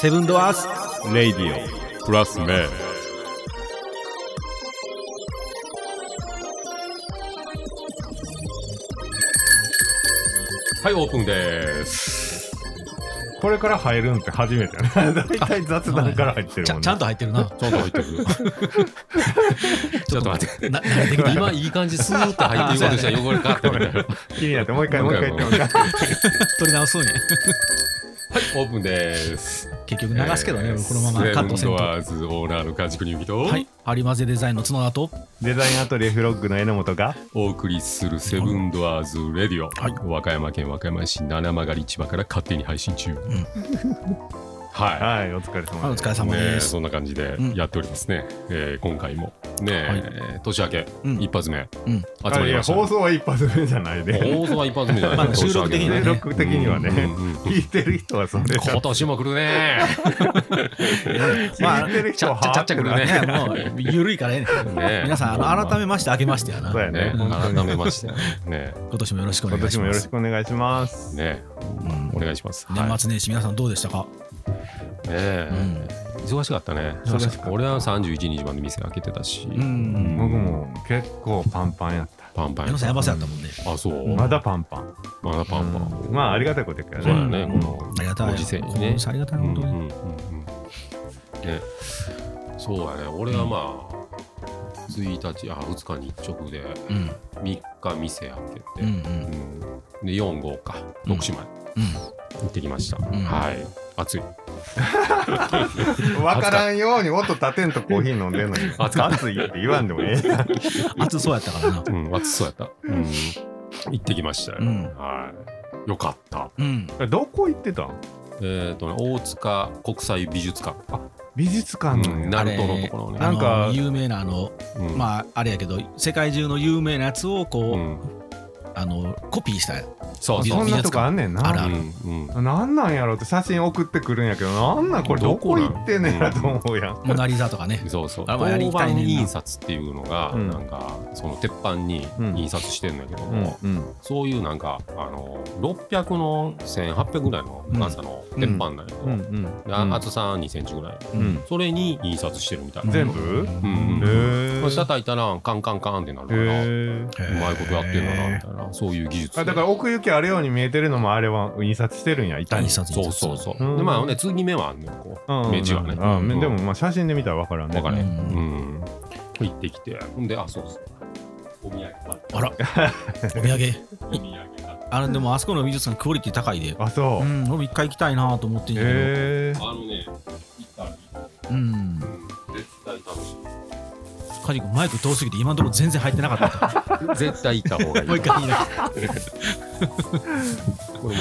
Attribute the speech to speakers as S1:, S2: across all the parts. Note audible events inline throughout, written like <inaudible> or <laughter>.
S1: セブンドアース
S2: レイディオプラスメンはいオープンです
S3: これから入るのって初めてやね。 <laughs> 大体雑談から入ってる
S1: ちゃ
S3: もんね。
S1: ちゃんと入ってるな
S2: ちゃんと入っ
S1: <laughs>
S2: てるちょっと待って
S1: な慣れてきた
S2: 今いい感じスーッと入って今でしたら汚れ変わったみたいな
S3: 気になって、もう一回、もう一回言っても <laughs> らって。
S1: 取り直すんや
S2: はい、オープンです。
S1: 結局流すけどね、
S2: えー
S1: 俺このままカットせん
S2: セブン
S1: と
S2: ドアーズオーナーの梶国美と、
S1: はい有馬瀬デザインの角田と
S3: デザインアトリエフロッグの榎本が、
S2: お送りするセブンドアーズレディオ、
S1: はい
S2: 和歌山県和歌山市七曲市場から勝手に配信中。は
S3: はい、お疲れ様
S1: お
S3: です。
S1: 疲れ
S2: い。
S1: 様
S2: ね
S1: で
S2: え、
S1: す、
S2: そんな感じで
S1: うん
S2: やっておりますね。えー今回もねえ、年明け、
S1: うん
S2: 一発目、
S1: うん
S2: 集ま
S3: あい
S2: り
S3: や
S2: ましたね、
S3: 放送は一発目じゃないで。
S2: 放送は一発目じゃない。
S1: まあ
S3: <laughs>
S1: 収録的にはね
S3: 収録的にはね
S2: うんうんうん、
S3: 聞いてる人はそれじゃ
S2: 今、年も来るね。
S1: まあ
S3: 聞いてる
S2: ち
S3: 人
S2: ゃ
S3: は
S2: っちゃちゃっちゃ来るね。
S1: ねもう緩いからええね
S2: ねえ
S1: <laughs> 皆さんあの改めまして明けましてやな
S3: そうや
S2: ね
S3: ね、。本当
S2: 改
S3: に
S2: めましてね。
S1: 今年もよろしくお
S3: 今
S1: 願いします
S3: 年もよろしくお願いします。
S2: ね、
S1: うん
S2: お願いします。はい
S1: 年末年始皆さんどうでしたか、
S2: ねえ忙しかったね。
S1: 忙しかった
S2: 俺は31日まで店開けてたし、
S1: うん
S3: 僕も結構パンパンやっ
S2: パンパン
S1: 皆さんやばそうやったもんね、
S2: た。あ、そう。
S3: た。まだパンパン。
S2: まだパンパン。
S3: うんまあ、ありがたいことやけど
S2: そうだ
S3: ね。
S2: ね、
S1: うん
S2: この
S1: ありがたい
S2: ご時世にね
S1: うん。ありがたい
S2: うん
S1: 本
S2: う
S1: 当
S2: ん
S1: に、
S2: うんうん。ね、そうやね。俺はまあ。1日あ2日に一直で
S1: うん
S2: 3日店開け
S1: うんう
S2: て、
S1: ん
S2: うんで4号か
S1: うん
S2: 徳島へ
S1: う
S2: 行ってきました、
S1: ん
S2: はい暑い
S3: わからんように音立てんとコーヒー飲んでんのに。
S2: 暑かった
S3: 暑いって言わんでもええやん。
S1: ん暑そうやったからな
S2: うん、暑そうやった。うん、行ってきましたよ。
S1: うん
S2: はい。よかった。
S1: うん
S3: どこ行ってたん
S2: えっ、とね、大塚国際美術館。
S3: 美術
S2: う
S3: 館の
S2: ん、ナルトのところね。
S1: あ
S3: なんか
S1: の有名なあの
S2: うん、あ、
S1: まああれやけど世界中の有名なやつをこう、
S2: うん、
S1: あのコピーしたや
S2: そう
S1: 美
S2: そ
S3: そ。
S2: うん
S3: なとこあんねん
S1: あ
S3: な
S1: る。あ
S2: う
S1: る
S2: ん、うん。
S3: なんなんやろって写真送ってくるんやけどなんなんこれどこ行ってんねんやと思うやん。
S1: モナ・リザとかね
S2: そうそう。
S1: あまあやり
S2: 銅
S1: た
S2: 板
S1: いねんな
S2: 印刷っていうのが、
S3: うん
S2: なんか、その鉄板に
S3: うん
S2: 印刷してんだけど
S3: うん
S2: も、
S3: うん
S2: そういうなんか、あの、600の1800ぐらいの長さの鉄板なんやけど、
S3: うん
S2: であ厚さ2センチぐらい。
S3: うんうん
S2: それに印刷してるみたいな。
S3: 全部
S2: うん
S3: へ
S2: うん。
S3: え
S2: これ叩いたらカンカンカンってなるから、う
S3: へ
S1: う
S2: まいことやってんだなみたいな、そういう技術
S3: え。あだから奥行きあるように見えてるのもあれは印刷してるんや板に
S1: 印。刷
S2: そうそうそう。
S3: うん
S2: で、まあね、継ぎ目はあんねん、こ
S3: うんう
S2: う、
S3: ん
S2: 目地はね。
S3: あ
S2: うん
S3: でも、まあ写真で見たら分からんね。
S2: わか
S1: る
S2: れん。
S1: う
S2: うん。行ってきて、ほんで、あ、そうそう。お土産買って
S1: あらお土産
S2: お土産買って
S1: あれでもあそこの美術館クオリティ高いで
S3: あそうう。
S1: ん俺も一回行きたいなと思ってんじゃけど、
S3: へえ
S2: あのね、行ったらいい
S1: うん
S2: うん絶対楽し
S1: カジ君マイク遠すぎて今のところ全然入ってなかった
S2: い。絶対行った方がいい。
S1: もう一回言いな
S2: これもう、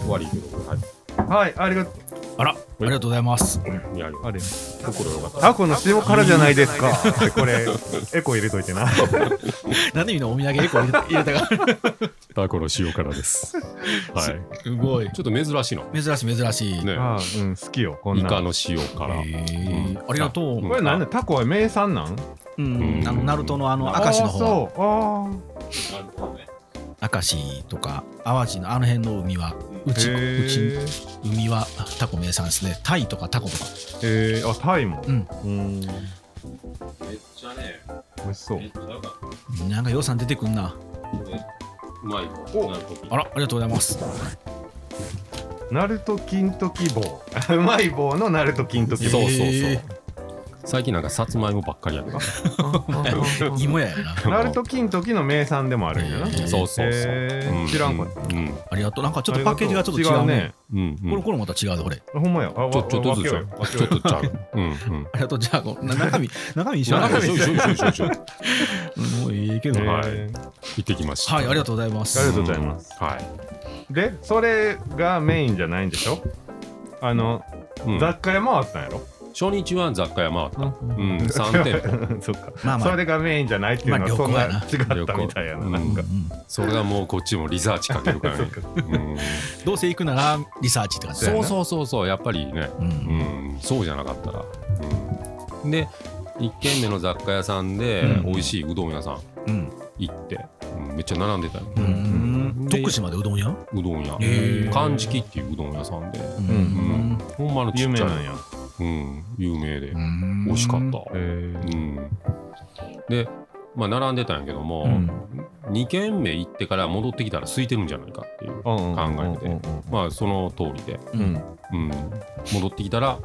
S2: ふっわりけど、はい。
S3: はいありがとう。
S1: あらありがとうございます
S2: お土産。
S3: あれ
S2: 心よかった。
S3: タコの塩からじゃないですか。これエコ入れといてな。
S1: なんでみんなお土産エコ入れ入れたか
S2: タコの塩辛です。はい。
S1: すごい
S2: ちょっと珍しいの。
S1: 珍しい珍しい、
S2: ね。
S3: あうん好きよこん
S2: イカ
S3: なん。
S2: の塩辛。
S1: へえ
S2: うん
S1: ありがとう、
S2: う
S3: これなんだタコは名産なん？
S1: うん、あのナルトのあの明石の方
S3: あーそう。ああ。
S2: なるほどね
S1: 明石とか淡路のあの辺の海はうち
S3: へー
S1: うち海はタコ名産ですねタイとかタコとか
S3: えー、あタイも。
S1: うん
S3: ん。美
S2: めっちゃね、
S3: 味しそう
S2: めっ。ちゃよかった。
S1: なんか予算出てくんな
S2: これうまいわ
S3: お
S2: なるほど
S1: あらありがとうございます
S3: ナルト金時棒。 <laughs> うまい棒のナルト金時
S2: そ
S3: <laughs>
S2: う
S3: 棒。
S2: そうそう、
S1: え
S2: 最近なんかさつまいもばっかりや <laughs> ね
S1: 芋やよな
S3: ナルト金時の名産でもあるんやな。
S1: え
S2: そうそうそう、
S3: へ
S2: う
S3: ー知らんかった
S2: うんうん
S1: ありがとうなんかちょっとパッケージがちょっと違うね
S2: うんうん
S1: これこれまた違うでこれ
S3: あほんまや。あ
S2: ちょちょっとずつちゃうちょっとちゃううんうん
S1: ありがとうじゃあこうな中身中身一緒な
S2: なん
S1: の
S2: か一緒一緒一緒一緒一緒行
S1: うんもういいけど
S2: ね
S1: はい
S2: はい
S3: い。
S2: ってきました
S1: ありがとうございます
S3: ありがとうございます
S2: んはい
S3: で、それがメインじゃないんでしょあの、
S2: うん
S3: 雑貨屋回ったんやろ
S2: 初日は雑貨屋回ったうん
S3: う
S2: 3店舗
S3: <laughs> そっか。
S1: まあまあ
S3: それがメインじゃないっていうの
S1: まあ
S3: は
S1: 旅
S3: そんな
S1: 行
S2: な
S3: 違ったみたいやな。
S2: 旅行
S3: なんか。
S1: うん
S2: それがもうこっちもリサーチかけるからねうん
S1: どうせ行くならリサーチって感じだ
S2: そ
S1: よ
S2: う
S1: な
S2: そうそうそうやっぱりね
S1: う
S2: うんんそうじゃなかったらうんで1軒目の雑貨屋さんで
S1: うん
S2: 美味しいうどん屋さん
S1: うん
S2: 行って、うんめっちゃ並んでたよ
S1: うん
S3: ん
S2: で
S1: 徳島でうどん屋
S2: うどん屋
S1: へ
S3: ー
S2: 漢字きっていううどん屋さんで、
S1: う
S2: うんほんまのち
S3: 有
S2: っ
S3: 名
S2: ち
S3: なん
S2: ゃい、
S3: や
S2: うん、有名で、
S1: ん
S2: 美味しかった
S3: へー
S2: うん、でまあ並んでたんやけども、2軒目行ってから戻ってきたら空いてるんじゃないかっていう、
S3: うんうん
S2: 考えてまあその通りで、
S3: うんうん
S2: うん、戻ってきたら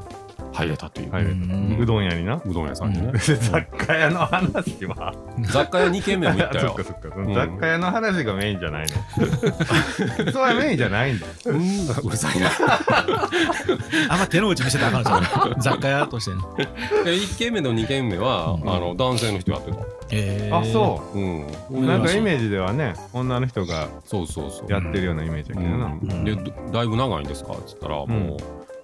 S2: 入れたという、
S3: 入れた
S1: うん
S3: うどん屋にな
S2: うどん屋さんでね、
S3: <laughs> 雑貨屋の話は
S2: 雑貨屋2軒目も行った
S3: <laughs> そっ
S2: よ
S3: かそっか
S2: ん
S3: 雑貨屋の話がメインじゃないの <laughs> それはメインじゃないんだ
S2: うんうるさいな
S3: <laughs>
S1: あんま手の内見せたらあかんじゃん雑貨屋としてね
S2: で1軒目と2軒目は、
S1: うん
S2: あの男性の人やってた、、
S1: へー
S3: あそううんなんかイメージではね女の人が
S2: そうそうそう
S3: やってるようなイメージだ
S2: う、
S3: けどなん
S2: でどだいぶ長いんですかっつったら、もう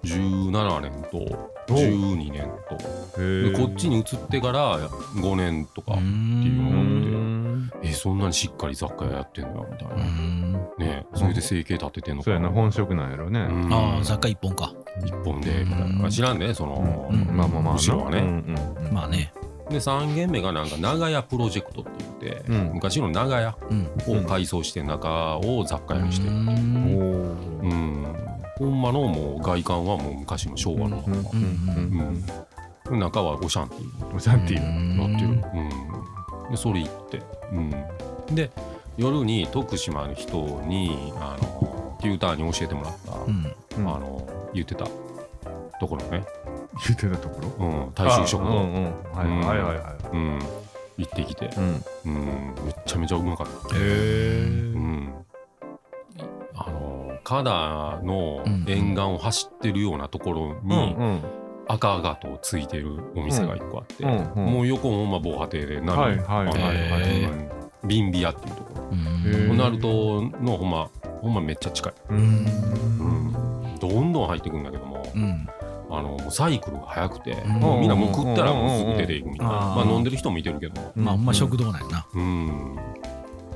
S2: 17年と12年とでこっち
S3: に
S2: に移ってから5年とか、
S1: う
S3: うんん
S2: えそんなにしっかり雑貨屋やってんのみたいな、
S1: うん
S2: ねそれで生計立ててんの
S3: そ
S2: か
S3: うやな本職なんやろね
S2: うん
S1: ああ雑貨一本か
S2: 一本でみたいな、
S1: うん
S2: 知らんねその、
S1: うん
S3: まあまあまあな
S2: 後ろはね
S3: うんうん
S1: まあね
S2: で3軒目がなんか長屋プロジェクトって言って、
S3: うん
S2: 昔の長屋
S1: うん
S2: を改装して中を雑貨屋にして
S1: う
S2: る、
S3: お
S1: ん
S2: う
S3: ー
S2: んほんまのもう外観はもう昔の昭和の、
S3: うんうん
S2: う
S3: うん
S2: ん中はオシャンティー
S3: おじゃんっていう
S2: なってる、うん、でそれ行って、うん、で夜に徳島の人にあのテューターに教えてもらった、
S1: うん
S3: うん
S2: あの言ってたところね、
S3: 言ってたところ
S2: うん、大衆
S3: あ
S2: 食
S3: う
S2: 堂、
S3: んうんはい
S2: うん
S3: はいはいはい
S2: うん、行ってきて、
S3: うん
S2: うん、めっちゃめちゃうまかった、
S3: へ
S2: うん、あの加田の沿岸を走ってるようなところ
S3: う
S2: に
S3: ん
S2: 赤々とついてるお店が一個あって、
S3: うんうん
S2: もう横もほんま防波堤で波、
S3: はいはいはい
S1: はいはい
S2: うんビンビアっていうところ
S1: うん
S3: へー
S2: ホナルドのほんま、ほんまめっちゃ近い。
S3: うん
S2: どんどん入ってくんだけども、
S1: うん
S2: あのもうサイクルが速くて、
S1: うん
S2: もうみんなもう食ったらもうすぐ出ていくみたいな。
S3: うん
S2: まあ飲んでる人もいてるけども、
S1: まあほんま食堂なんやな
S2: うん、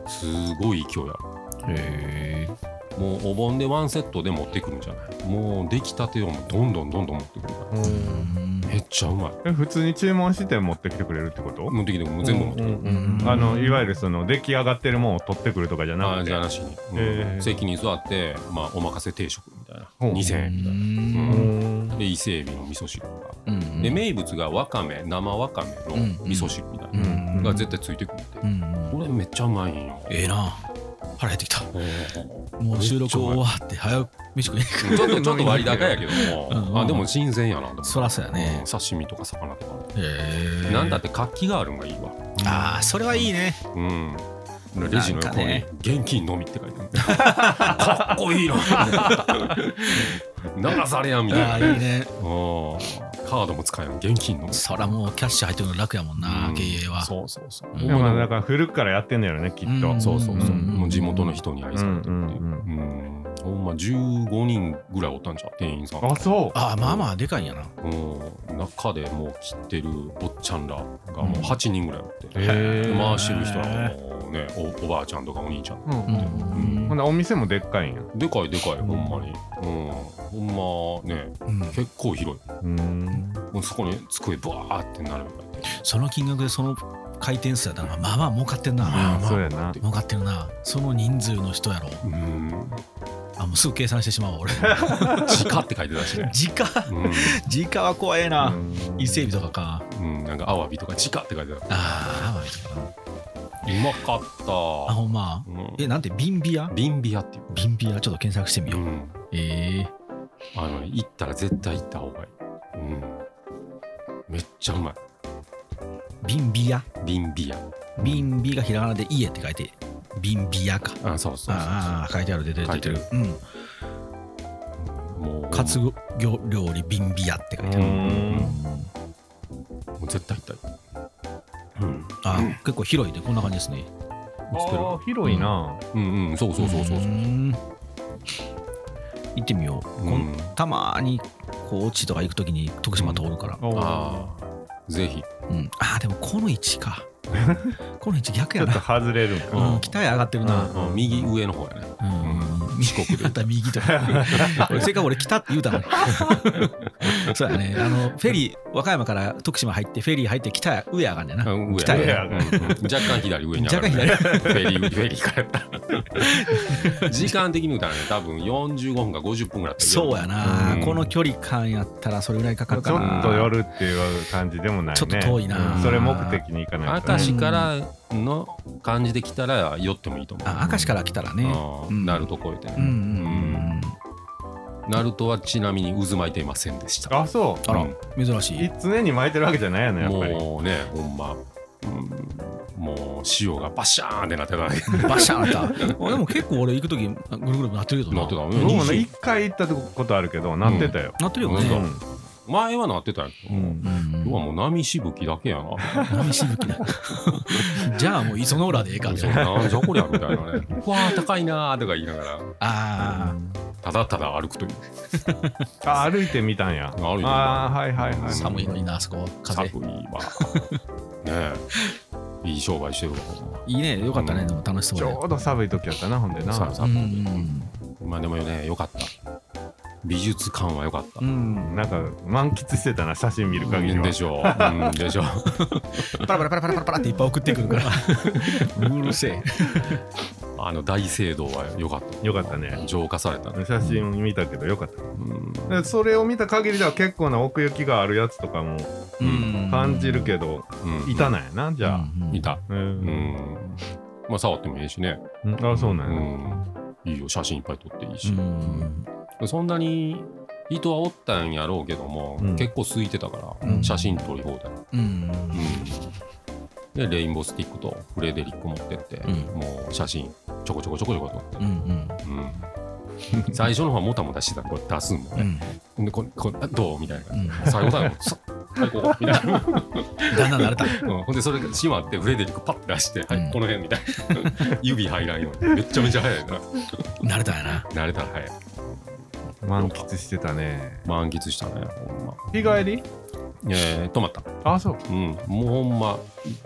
S2: すごい勢いあ
S1: へ
S2: る。もうお盆でワンセットで持ってくるんじゃないもう出来たてをもうどんどんどんどん持ってくるから
S3: うん
S2: めっちゃうまい。
S3: え普通に注文して持ってきてくれるってこと
S2: 持ってきてもう全部持ってくる。
S3: うんうんうんあのいわゆるその出来上がってるもんを取ってくるとかじゃな
S2: あ
S3: く
S2: じ
S3: て
S2: ゃなしに、うん
S3: へー
S2: 席に座って、まあ、お任せ定食みたいな
S3: ほう
S2: 2000円みたいな
S3: う
S1: 円
S3: ん
S2: で伊勢海老の味噌汁とか
S1: うん
S2: で名物がわかめ生わかめの味噌汁みたいな
S3: う
S2: の
S3: ん
S2: が絶対ついてくるって、
S1: うん
S2: これめっちゃうま
S1: <laughs>
S2: いんよ
S1: ええな腹減ってきた
S2: うん
S1: もう収録終わって早く飯食いに行く
S2: ちょっとちょっと割高やけども、
S1: うん
S2: あでも新鮮やなと思って
S1: そらそうやね
S2: うん刺身とか魚とか、
S1: へえ
S2: なんだって活気があるのがいいわ
S1: ああそれはいいね
S2: うんレジの
S1: なん
S2: 横
S1: か
S2: に
S1: ね
S2: 「現金のみ」って書
S1: <laughs>
S2: いてあるかっこいいな流されやんみたい
S1: あ
S2: な
S1: あ
S2: ね
S1: いいね
S2: うんカードも使えん現金のみ
S1: そらもうキャッシュ入ってくるの楽やもんな
S2: うん
S1: 経営は
S2: そうそうそう、
S1: うん
S2: ほん
S3: で
S2: ま
S3: も
S2: に
S3: なんか古くからやってんのやろねきっと、
S1: うん
S2: そうそうそう、
S3: うん
S2: もう地元の人に愛されてるっていう、
S3: う
S2: うんんほんま15人ぐらいおったんちゃう店員さん、
S3: あそう
S1: ああまあまあでかいんやな
S2: うん、中でもう切ってるおっちゃんらがもう8人ぐらいおって、
S3: へー
S2: 回してる人はもうねおおばあちゃんとかお兄ちゃん
S3: うん
S1: うん
S3: ほんでお店もでっかいんや
S2: でかいでかいほんまに、うん、ほんまね
S1: うん
S2: 結構広い
S3: うん
S2: もうそこに机ブワーって並べられて
S1: その金額でその回転数やったらまあまあ儲かってんな
S2: まあまあ
S3: そうやな
S1: 儲かってるなその人数の人やろ
S2: うん
S1: あもうすぐ計算してしまうわ俺 <laughs>
S2: 「 <laughs> 地下」って書いてたしね
S1: 時価
S2: う
S1: 時価は怖えな伊勢海老とかか
S2: ん、うん、なんかアワビとか「地下」って書いてた
S1: ああとかな
S2: うまかった
S1: あほんま
S2: うん
S1: えなんてビンビア
S2: ビンビアっていう
S1: ビンビアちょっと検索してみよう、
S2: ん、
S1: え
S2: あのね行ったら絶対行った方がいい、うん、めっちゃうまい
S1: ー、ビンビア
S2: ビンビア
S1: ビンビがひらがなで家って書いてビンビアか
S2: あそうそうそう
S1: ああ書いてある出てる
S2: 書
S1: 出
S2: いて
S1: て
S2: る
S1: るうん
S2: もう
S1: 活魚料理ビンビアって書いてある、
S3: うん
S2: もう絶対行った方がいいうん
S1: あー結構広いねこんな感じですね
S2: 知ってる
S3: あー広いな
S2: うんうんそうそうそうそ
S1: ー
S2: うそうん
S1: 行ってみよう、こん
S2: うん
S1: たまに高知とか行くときに徳島通るから、
S3: おー
S2: ああぜひ
S1: うん、あーでもこの位置かこの位置逆
S3: ち
S1: や
S3: ょっと
S1: な、
S3: 外れるんか
S1: う、
S3: なん
S1: 北へ上がってるな、
S2: うん右上の方やね
S1: うん
S2: 四国
S1: <laughs>
S2: で
S1: また右とか俺せっかく俺北って言うたのにそうやねあのフェリー和歌山から徳島入ってフェリー入って北へ上上がんねん
S2: あ
S1: な
S2: 上
S1: 北
S2: や
S1: へ
S2: ねうんうん若干左上に上がるね
S1: 若
S2: フェリーフェリーからやったら
S1: <laughs>
S2: 時間的に言うたらね多分45分か50分ぐらいあったけど
S1: そうやな、
S2: うん
S1: この距離感やったらそれぐらいかかる
S3: ち
S1: か
S3: ょ
S1: な
S3: っと寄るっていう感じでもないね
S1: ちょっと遠いな
S3: うんそれ目的に行かないと
S2: 明
S3: ね
S1: 私
S2: 石からの感じで来たら寄ってもいいと思う
S1: あ明石から来たらね
S2: あー
S1: うん
S2: 鳴門越えて
S1: うんうん
S2: 鳴門はちなみに渦巻いていませんでした
S3: あそう
S1: あら
S2: うん
S1: うん珍しい
S3: い常に巻いてるわけじゃないよねやっぱり
S2: もうねほんま、うん、もう潮がバシャーンってなってたね
S1: バシャーンあ <laughs> ったあでも結構俺行く時ぐるぐるなってるけど
S2: な
S1: な
S2: ってたもん
S3: 僕もね
S2: 20
S3: 一回行ったことあるけどなってたよ
S1: なってるよ
S2: うん
S3: う
S1: ね、
S3: ん
S2: 前はなってたんやけど、
S3: うん
S1: うん
S2: 今はもう波しぶきだけやな
S1: 波しぶき <laughs> だじゃあもう磯の浦でええかみた
S2: そ
S1: いうな
S2: なんじゃこりゃみたいな
S1: <laughs>
S2: ね。うわあ高いなーとか言いながら、
S1: あ
S2: ただただ歩くという。
S3: あ歩いてみたんや
S2: 歩いてみた
S3: あーはいはいは
S1: あ
S3: い
S1: 寒いのになあそこ風
S2: 寒いわ。ねえ、いい商売してるわ。
S1: いいねよかったねでも楽しそう
S3: ち
S1: で
S3: ょうど寒い時やったなほんでな
S2: さ
S1: う
S2: さ
S1: んうん
S2: まあでもね、よかった。美術館はよかった
S1: う。ん
S3: なんか満喫してたな写真見る限りは
S2: でしょ
S1: <laughs>
S2: う。うんでしょう。
S1: パラパラパラパラパラパラっていっぱい送ってくるから <laughs> うるせえ
S2: あの大聖堂はよかった。
S3: よかったね
S2: 浄化された。
S3: 写真見たけどよかった
S2: うん
S3: でそれを見た限りでは結構な奥行きがあるやつとかも
S1: うん
S3: 感じるけど、
S2: うん
S3: いたないなじゃあ、
S1: うんうん
S2: いた。
S3: う
S2: うんん。まあ触ってもいいしね。
S3: うんあそうな
S2: うん
S3: や、
S2: ん。いいよ、写真いっぱい撮っていいし
S1: う。ん
S2: そんなに人はおったんやろうけども、
S3: うん
S2: 結構空いてたから、
S1: うん
S2: 写真撮り放題、
S1: うん
S2: でレインボースティックとフレデリック持ってって、
S1: うん
S2: もう写真ちょこちょこちょこちょこ撮って
S1: う、ん
S2: うん <laughs> 最初の方はもたもたしてたこれ出すんの
S1: う
S2: ね、
S1: ん
S2: でここあどうみたいな、
S1: うん
S2: 最後だよさはいここみたいな、
S1: だんだん慣れた
S2: うんほんでそれが閉まってフレデリックパッて出して、
S1: う
S2: は
S1: ん
S2: いこの辺みたいな <laughs> 指入らんようにめっちゃめちゃ早いな
S1: 慣れたんや <laughs> な
S2: 慣れたら早い
S3: 満喫してたね
S2: 満喫したねほんま
S3: 日帰り
S2: えー、泊まった
S3: あそう
S2: うん、もうほんま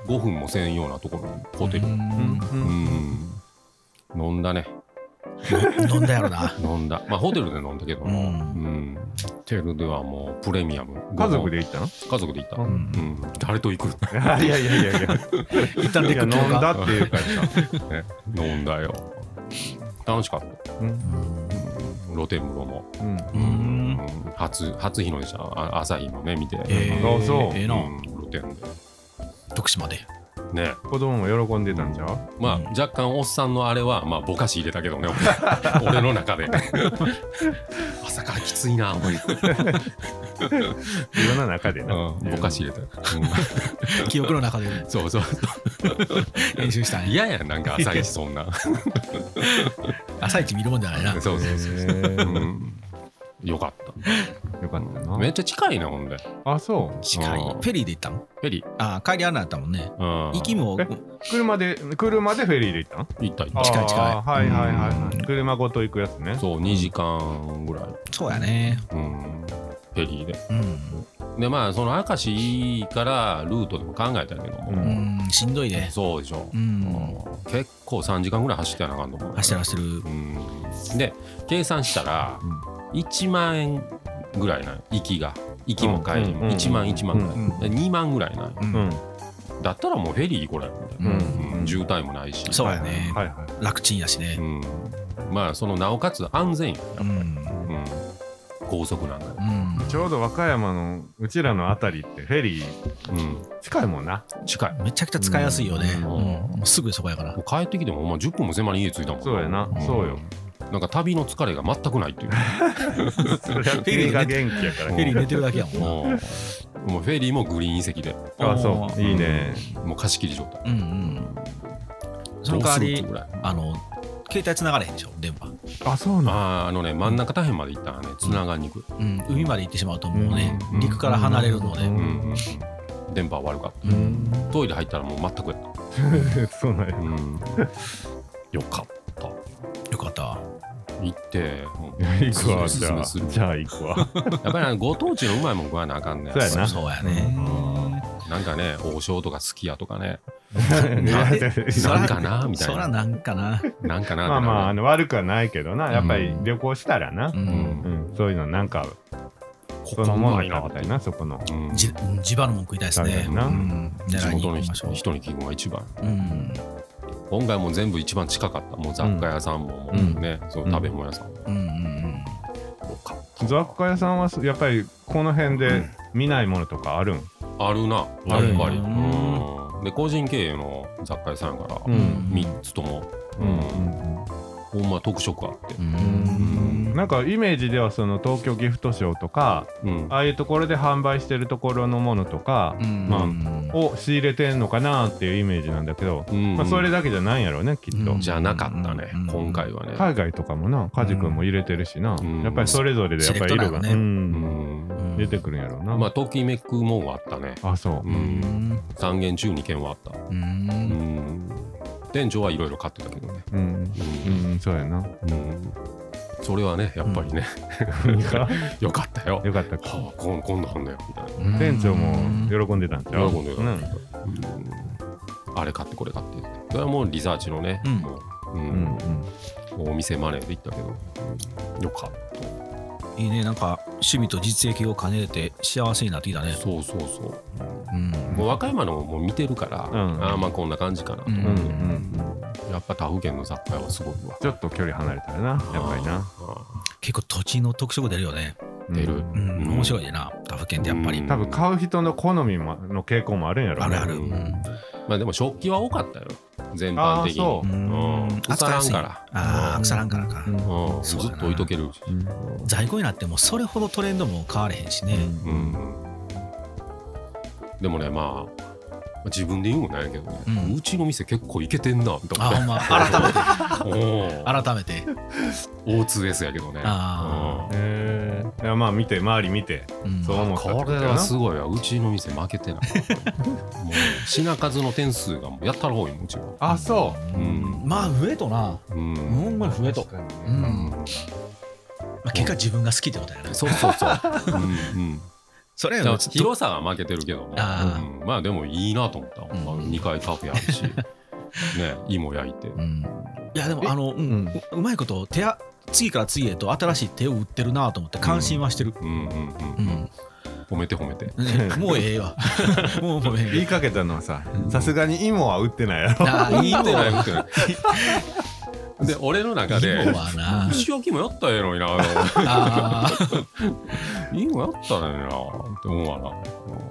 S2: 5分もせんようなところにホテル
S1: う、ん
S2: うん
S3: うん
S2: 飲んだね
S1: 飲んだやろな
S2: 飲んだまあホテルで飲んだけど
S1: う
S2: も、うん
S1: ん
S2: ホテルではもうプレミアム
S3: 家族で
S2: 行
S3: 行ったの
S2: った家族で行った、
S3: う
S2: うん
S3: ん
S2: 誰と行く
S3: <laughs> いやいやいやいやいや
S1: 一旦
S3: い
S1: で
S3: や
S1: く
S3: 飲
S1: ってい
S3: ん
S1: うか
S3: だっていうか
S2: <laughs> ね飲んだよ楽しかった、
S3: うん
S2: うん、露天風呂も、
S3: うん
S1: うん
S2: うん初初日の出したあ朝日もね見て、
S1: え
S3: あそう
S1: ーええな
S2: うん露天で
S1: 徳島で <laughs>
S2: ね
S3: 子供も喜んでたんじゃう
S2: まあ、
S1: うん
S2: 若干おっさんのあれはまあぼかし入れたけどね俺
S1: <laughs>
S2: 俺の中で朝からきつ
S1: <laughs>
S2: いな思い、
S3: 家の中でな、
S2: うん、ぼかし入れた、うん
S1: 記憶の中で
S2: そうそう
S1: 練習したんや
S2: 嫌やなんか朝一そんな
S1: 朝一見るもんじゃないな
S2: そうそう、
S3: へー
S2: うん、よかっ
S3: よかった
S2: た
S3: な
S2: めっちゃ近いなほんで
S3: あそう
S1: 近い
S2: うん
S1: フェリーで行ったの
S2: ヘリ、
S1: ああ帰りあんなんやったもんね
S2: うん、
S1: 行きも
S3: え車で車でフェリーで行ったの
S2: 行った行っ
S1: 近い近い
S3: あーはいはいはい、
S1: うん
S3: 車ごと行くやつね
S2: たそう2時間ぐらい、
S1: そうやね
S2: うん、ヘリで
S1: うん
S2: でまあその明石いいからルートでも考えたんやけども、
S3: う
S1: うんしんどいね
S2: そうでしょ、
S1: うん
S2: うん結構3時間ぐらい走ってやなあかんと思う
S1: 走ってる走ってる
S2: うんで計算したら
S3: うん
S2: 1万円ぐらいなん行きが行きも帰り
S3: うん
S2: も1万1万ぐらい、
S1: うん
S2: で2万ぐらいなん
S1: うん
S3: うん
S2: だったらもうフェリーこれみたいな、
S3: うん
S2: うん渋滞もないし
S1: そうやね
S3: はいはい
S1: 楽ちんやし
S2: う
S1: ね
S2: んまあそのなおかつ安全や、
S1: うん
S2: うん、高速なんだよ、
S1: うん
S3: ちょうど和歌山のうちらのあたりってフェリー
S2: う
S3: 近いもんな。
S2: ん、近いも
S1: めちゃくちゃ使いやすいよね
S3: うん
S1: うんもうすぐそこやから
S2: う帰ってきてもお前10分も狭に家着いたもん
S3: そうやなそう
S2: <laughs>
S3: よ
S2: なんか旅の疲れが全くないっていう
S3: それは君が元気やから
S1: フ
S2: う。ん
S1: ェリー寝てるだけやもんな
S2: もうもうフェリーもグリーン席で
S3: あそ
S1: うん
S3: う。いいね。
S2: もう貸し切り状態
S1: うんうんその代わ
S2: どうするっ
S1: り
S2: ていうぐらい
S1: あの携帯繋がれへんでしょ電波
S3: あ、そうの
S2: あーあのね真ん中大変まで行ったらね繋がりにくい、
S1: うん海まで行ってしまうともうね
S2: うん
S1: 陸から離れるので
S3: う
S2: うんんうんうん、電波は悪かっ
S1: う
S3: うんん。
S2: たトイレ入ったらもう全くやっ
S3: <laughs> そうなんや
S2: た、。よかった
S1: よかった
S2: 行ってもう
S3: 行くわ、
S2: す
S3: じ
S2: す
S3: ゃ
S2: め
S3: あ。
S2: する
S3: じゃあ <laughs> 行くわ。
S2: やっぱりあのご当地のうまいもん食わなあかんね
S3: そうやな
S1: そうやね
S2: なんかね王将とかすき家とかね
S1: なんでそら
S2: なんかなみたい
S1: そらな
S2: な
S1: んかな
S2: なんかな
S3: まあまあ、あ
S2: あ
S3: の悪くはないけどな。やっぱり旅行したらな
S1: う。
S2: うんん
S3: うん。そういうのなんか、
S2: こ
S3: そ
S2: こ
S3: の
S2: う
S3: もの
S2: まい
S3: に
S2: な
S3: な
S2: っ
S3: ってたりな、そこの。
S2: うん
S1: じ
S2: 地
S1: 地場のもん食いたいです
S3: 食べ
S1: ね
S3: たい
S1: うん
S2: 元
S1: 狙いに
S2: の
S1: 行きましょ
S2: 人
S1: う
S2: 人に聞くのが一番
S1: うん
S2: 今回も全部一番近かったもう雑貨屋さんも,、
S1: うん
S2: もうねその食べ物屋さんも、
S1: うんうん
S2: よかった
S3: 雑貨屋さんはやっぱりこの辺で見ないものとかあるん、
S2: あるな
S1: あ
S2: や
S1: る
S2: っぱり、
S1: う
S2: うんで個人経営の雑貨屋さんやから、
S3: うん
S2: 3つとも、うんほんま特色あって
S1: う、ん
S3: なんかイメージではその東京ギフトショーとか
S2: うん
S3: ああいうところで販売してるところのものとか
S1: うん
S3: まあ
S1: うん
S3: を仕入れてんのかなっていうイメージなんだけど、
S2: うん
S3: まあ、それだけじゃないんやろうねきっと、
S1: うん
S2: じゃなかったね、
S1: うん
S2: 今回はね、
S3: 海外とかもなカジ君も入れてるしな、
S2: うん
S3: やっぱりそれぞれでやっぱり色が、
S1: セレクトな
S3: う
S1: の
S2: うんん
S1: うん
S3: 出てくるんやろうな、
S2: まあときめくもんはあったね
S3: あそうう、
S2: ん3軒中2軒はあった、
S1: う
S2: うんん、店長はいろいろ買ってたけどね、
S3: うん
S2: うん
S3: うん、そうやな
S2: うんそれはねやっぱりね、 <laughs> よかったよ
S3: よかったか
S2: はあこんこんなんだよみたい
S1: うん
S3: 店長も喜んでたんちゃう
S2: 喜んでた
S3: うん
S2: な、うんあれ買ってこれ買ってってそれはもうリサーチのね、
S1: うん
S2: も
S3: う
S2: ううんんお店マネーで行ったけど、うんよかった
S1: いいねなんか趣味と実益を兼ねて幸せになってきたね
S2: そうそうそう
S1: うん
S2: もう和歌山のも見てるから、
S3: うん
S2: ああまあこんな感じかなと
S1: うん
S3: う
S2: 思
S3: ん
S2: っ
S3: う
S2: て、
S3: ん
S2: やっぱ他府県の雑貨屋はすごいわ
S3: ちょっと距離離れたらなやっぱりな
S2: あ
S1: 結構土地の特色出るよね
S2: ー出
S3: う
S2: る、
S3: ん
S1: うん
S2: うん
S1: 面白いねな他府県ってやっぱり
S2: うん
S3: 多分買う人の好みもの傾向もあるんやろ
S1: あ
S3: うね
S1: るあるうん
S2: まあでも食器は多かったよ全般的に
S3: あーそう
S2: うん腐らんから
S1: ああ
S2: うん
S1: 腐らんからか
S3: うん
S2: うんず
S1: そう
S2: っ
S1: だな
S2: と置いとけるし
S1: 在庫になってもそれほどトレンドも変われへんし
S3: う
S1: ね
S2: うんんでもねまあ自分で言うもんなんやけどね、
S1: う
S2: うんちの店結構いけてんなみた
S1: あほん
S2: <laughs>
S1: ま改めて
S2: いな
S1: 改めて
S2: O2S やけどね
S1: あ
S3: えーいやまあ見て周り見て
S1: うん
S3: そう
S2: うん
S3: 思ったって
S2: こ
S3: こと
S2: れ
S3: や
S2: は
S3: な
S2: すごいわうちの店負けてないもう品数の点数がもうやったら多いもんうちは
S3: あそ
S2: うん
S1: まあ増えとな
S2: うん、
S1: ほんまに増えとう
S3: うん
S1: まあ結果自分が好きってことやな
S2: そうそうそう、うんうん、
S1: それ
S2: じゃ
S1: は
S2: あ広さは負けてるけども、
S1: あ
S2: うんまあでもいいなと思った、ほんま
S1: うん
S2: 2階カフェあるしね芋焼いて、
S1: うんいやでもあの、うん
S3: うん
S1: ううまいこと手や次から次へと新しい手を打ってるなと思って感心はしてる、
S2: うんうんうん、 <laughs>
S1: うん
S2: 褒めて褒めて
S1: ねもうえ
S2: <laughs>
S1: えわもうもうえ
S3: 言
S1: え
S3: いかけたのはさ
S2: うん
S3: さすがに芋は売ってないやろ
S1: わあいいも
S2: 言っ
S1: ん
S2: てない言
S1: は
S2: ってない
S1: <laughs>
S2: で俺の中で
S1: いいもんは
S2: <laughs>
S1: な
S2: 牛焼きもやったらええの
S1: <laughs>
S2: にな
S1: あー
S2: いいもんやったらええなって思うわ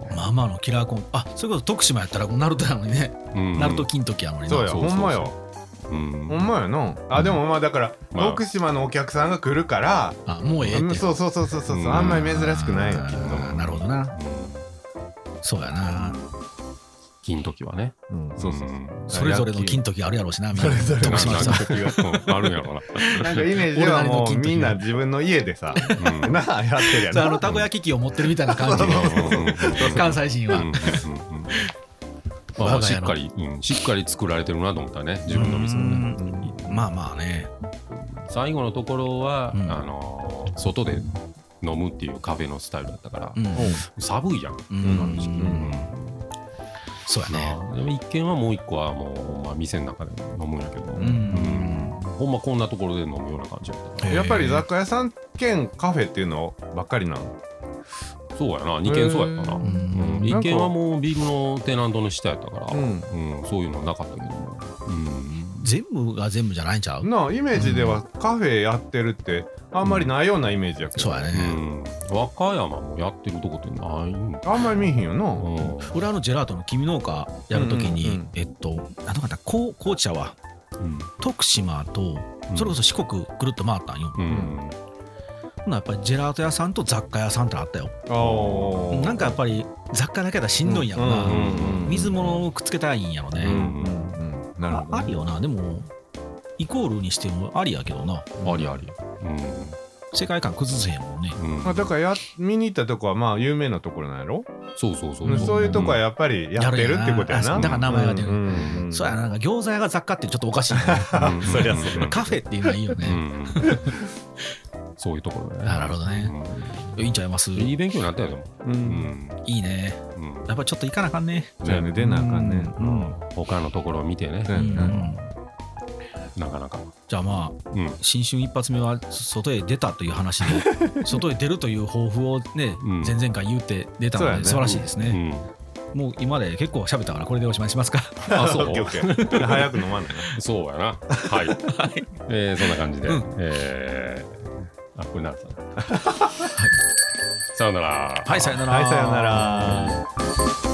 S2: な
S1: まあまあのキラーコンあそれこそ徳島やったらナルトやのにね、
S2: うん
S1: ナルト金時やのにな
S3: そうや
S2: そう
S3: ほ
S2: そうそうん
S3: まよ
S2: うん
S3: ほんまやなあでもまあだから
S2: まあ
S3: 徳島のお客さんが来るから
S1: あもうええって、
S3: うんそうそうそうそうそう
S2: うん
S3: あんまり珍しくないよ
S1: あ
S3: きっ
S1: ーなるほどなそうやな
S2: 金時はね
S3: とうんそうそう
S1: それぞれの金時あるやろうしなみんな
S3: それぞれの
S1: 徳島さん
S2: 金時がうんあるんやろ
S3: なんかイメージで
S1: 俺な
S3: はも
S1: りの金
S3: う
S1: 時
S3: みんな自分の家でさ
S2: な、うん
S3: <laughs> なあやってるや
S1: そうあ
S3: ろ
S1: のたこ焼き器を持ってるみたいな感じ
S2: うんうんうん
S1: 関西人は、
S2: うんうんうんま
S1: 我
S2: あ、
S1: が
S2: し
S1: 家
S2: っ
S1: の
S2: かり、うん、しっかり作られてるなと思ったね自分の店もね
S1: うんまあまあね
S2: 最後のところは、
S1: うん
S2: あのー外で飲むっていうカフェのスタイルだったから、
S1: うん
S2: 寒いやん、
S1: うん
S3: 今
S2: の時期
S1: うんそうやね
S2: なあでも一軒はもう一個はもうほんま店の中で飲むんやけど、
S1: うん
S2: ほんまこんなところで飲むような感じだったか
S3: やっぱり雑貨屋さん兼カフェっていうのばっかりなの
S2: らそうやな二軒そうやったな、
S3: へー
S2: うん
S1: うん
S2: 一軒はもうビルのテナントの下やったから、
S3: う
S2: う
S3: んん
S2: そういうのなかったけども、うん
S1: 全部が全部じゃないんちゃう
S3: なあイメージではカフェやってるってあんまりないようなイメージやけ
S1: そう
S3: ど
S1: や
S2: う
S1: ね
S2: ん和歌山もやってるとこってないんだ
S3: あんまり見えへんよな
S2: うん
S1: 俺あのジェラートの君農家やるときに、
S3: うんうんうん
S1: えっと何とかなこう紅茶は徳島とそれこそ四国ぐるっと回ったんよ、
S2: うん
S1: ほなやっぱりジェラート屋さんと雑貨屋さんってあったよ
S3: ああ
S1: なんかやっぱり雑貨だけだとしんどいんやろな、
S3: うんうんうん
S1: 水物をくっつけたいんやろね、
S2: う
S3: うんうんなる
S1: あ
S3: ほ
S1: あ
S3: ど
S1: り
S3: ね
S1: よなでもイコールにしてもありやけどな
S2: ありあり。
S1: 世界観崩せへんもんね
S2: うん
S3: まあだからや見に行ったとこはまあ有名なところなんやろ
S2: そうそうそ
S3: うん
S2: う。
S3: そういうとこはやっぱりやってるってことや
S1: やるよなあ
S3: な
S1: だから名前が出る
S3: うんうんうん
S1: そうやななんか餃子屋が雑貨ってちょっとおかしいよね
S2: うん。
S3: そりゃそう
S2: うん
S1: カフェっていうのはいいよね、
S2: うん
S1: <laughs>
S2: そういうところだね。
S1: なるほどねいいんちゃいます
S2: うんいい勉強になったよ、でも。
S3: う
S2: うんん
S1: いいね
S2: うん
S1: やっぱちょっと行かなあかんね
S3: そうやね出なあかんね
S1: う
S3: うん
S1: ん
S2: 他のところを見てね、
S3: う
S1: うん
S3: ん
S2: なかなか。
S1: じゃあまあ
S2: うん
S1: 新春一発目は外へ出たという話で外へ出るという抱負をね
S2: うん
S1: 前々回言って出たの
S3: そうや
S1: で
S3: ね
S1: 素晴らしいです
S2: う
S1: ね
S2: ん
S1: もう今まで結構喋ったからこれでおしまいしますか
S2: あそ
S3: オ
S2: う
S3: ッケーオッケー早く飲まない。
S2: そうやなはい、えーそんな感じで、
S1: うん
S2: えーあこれならささよなら
S1: はいさよなら
S3: はい、さよなら。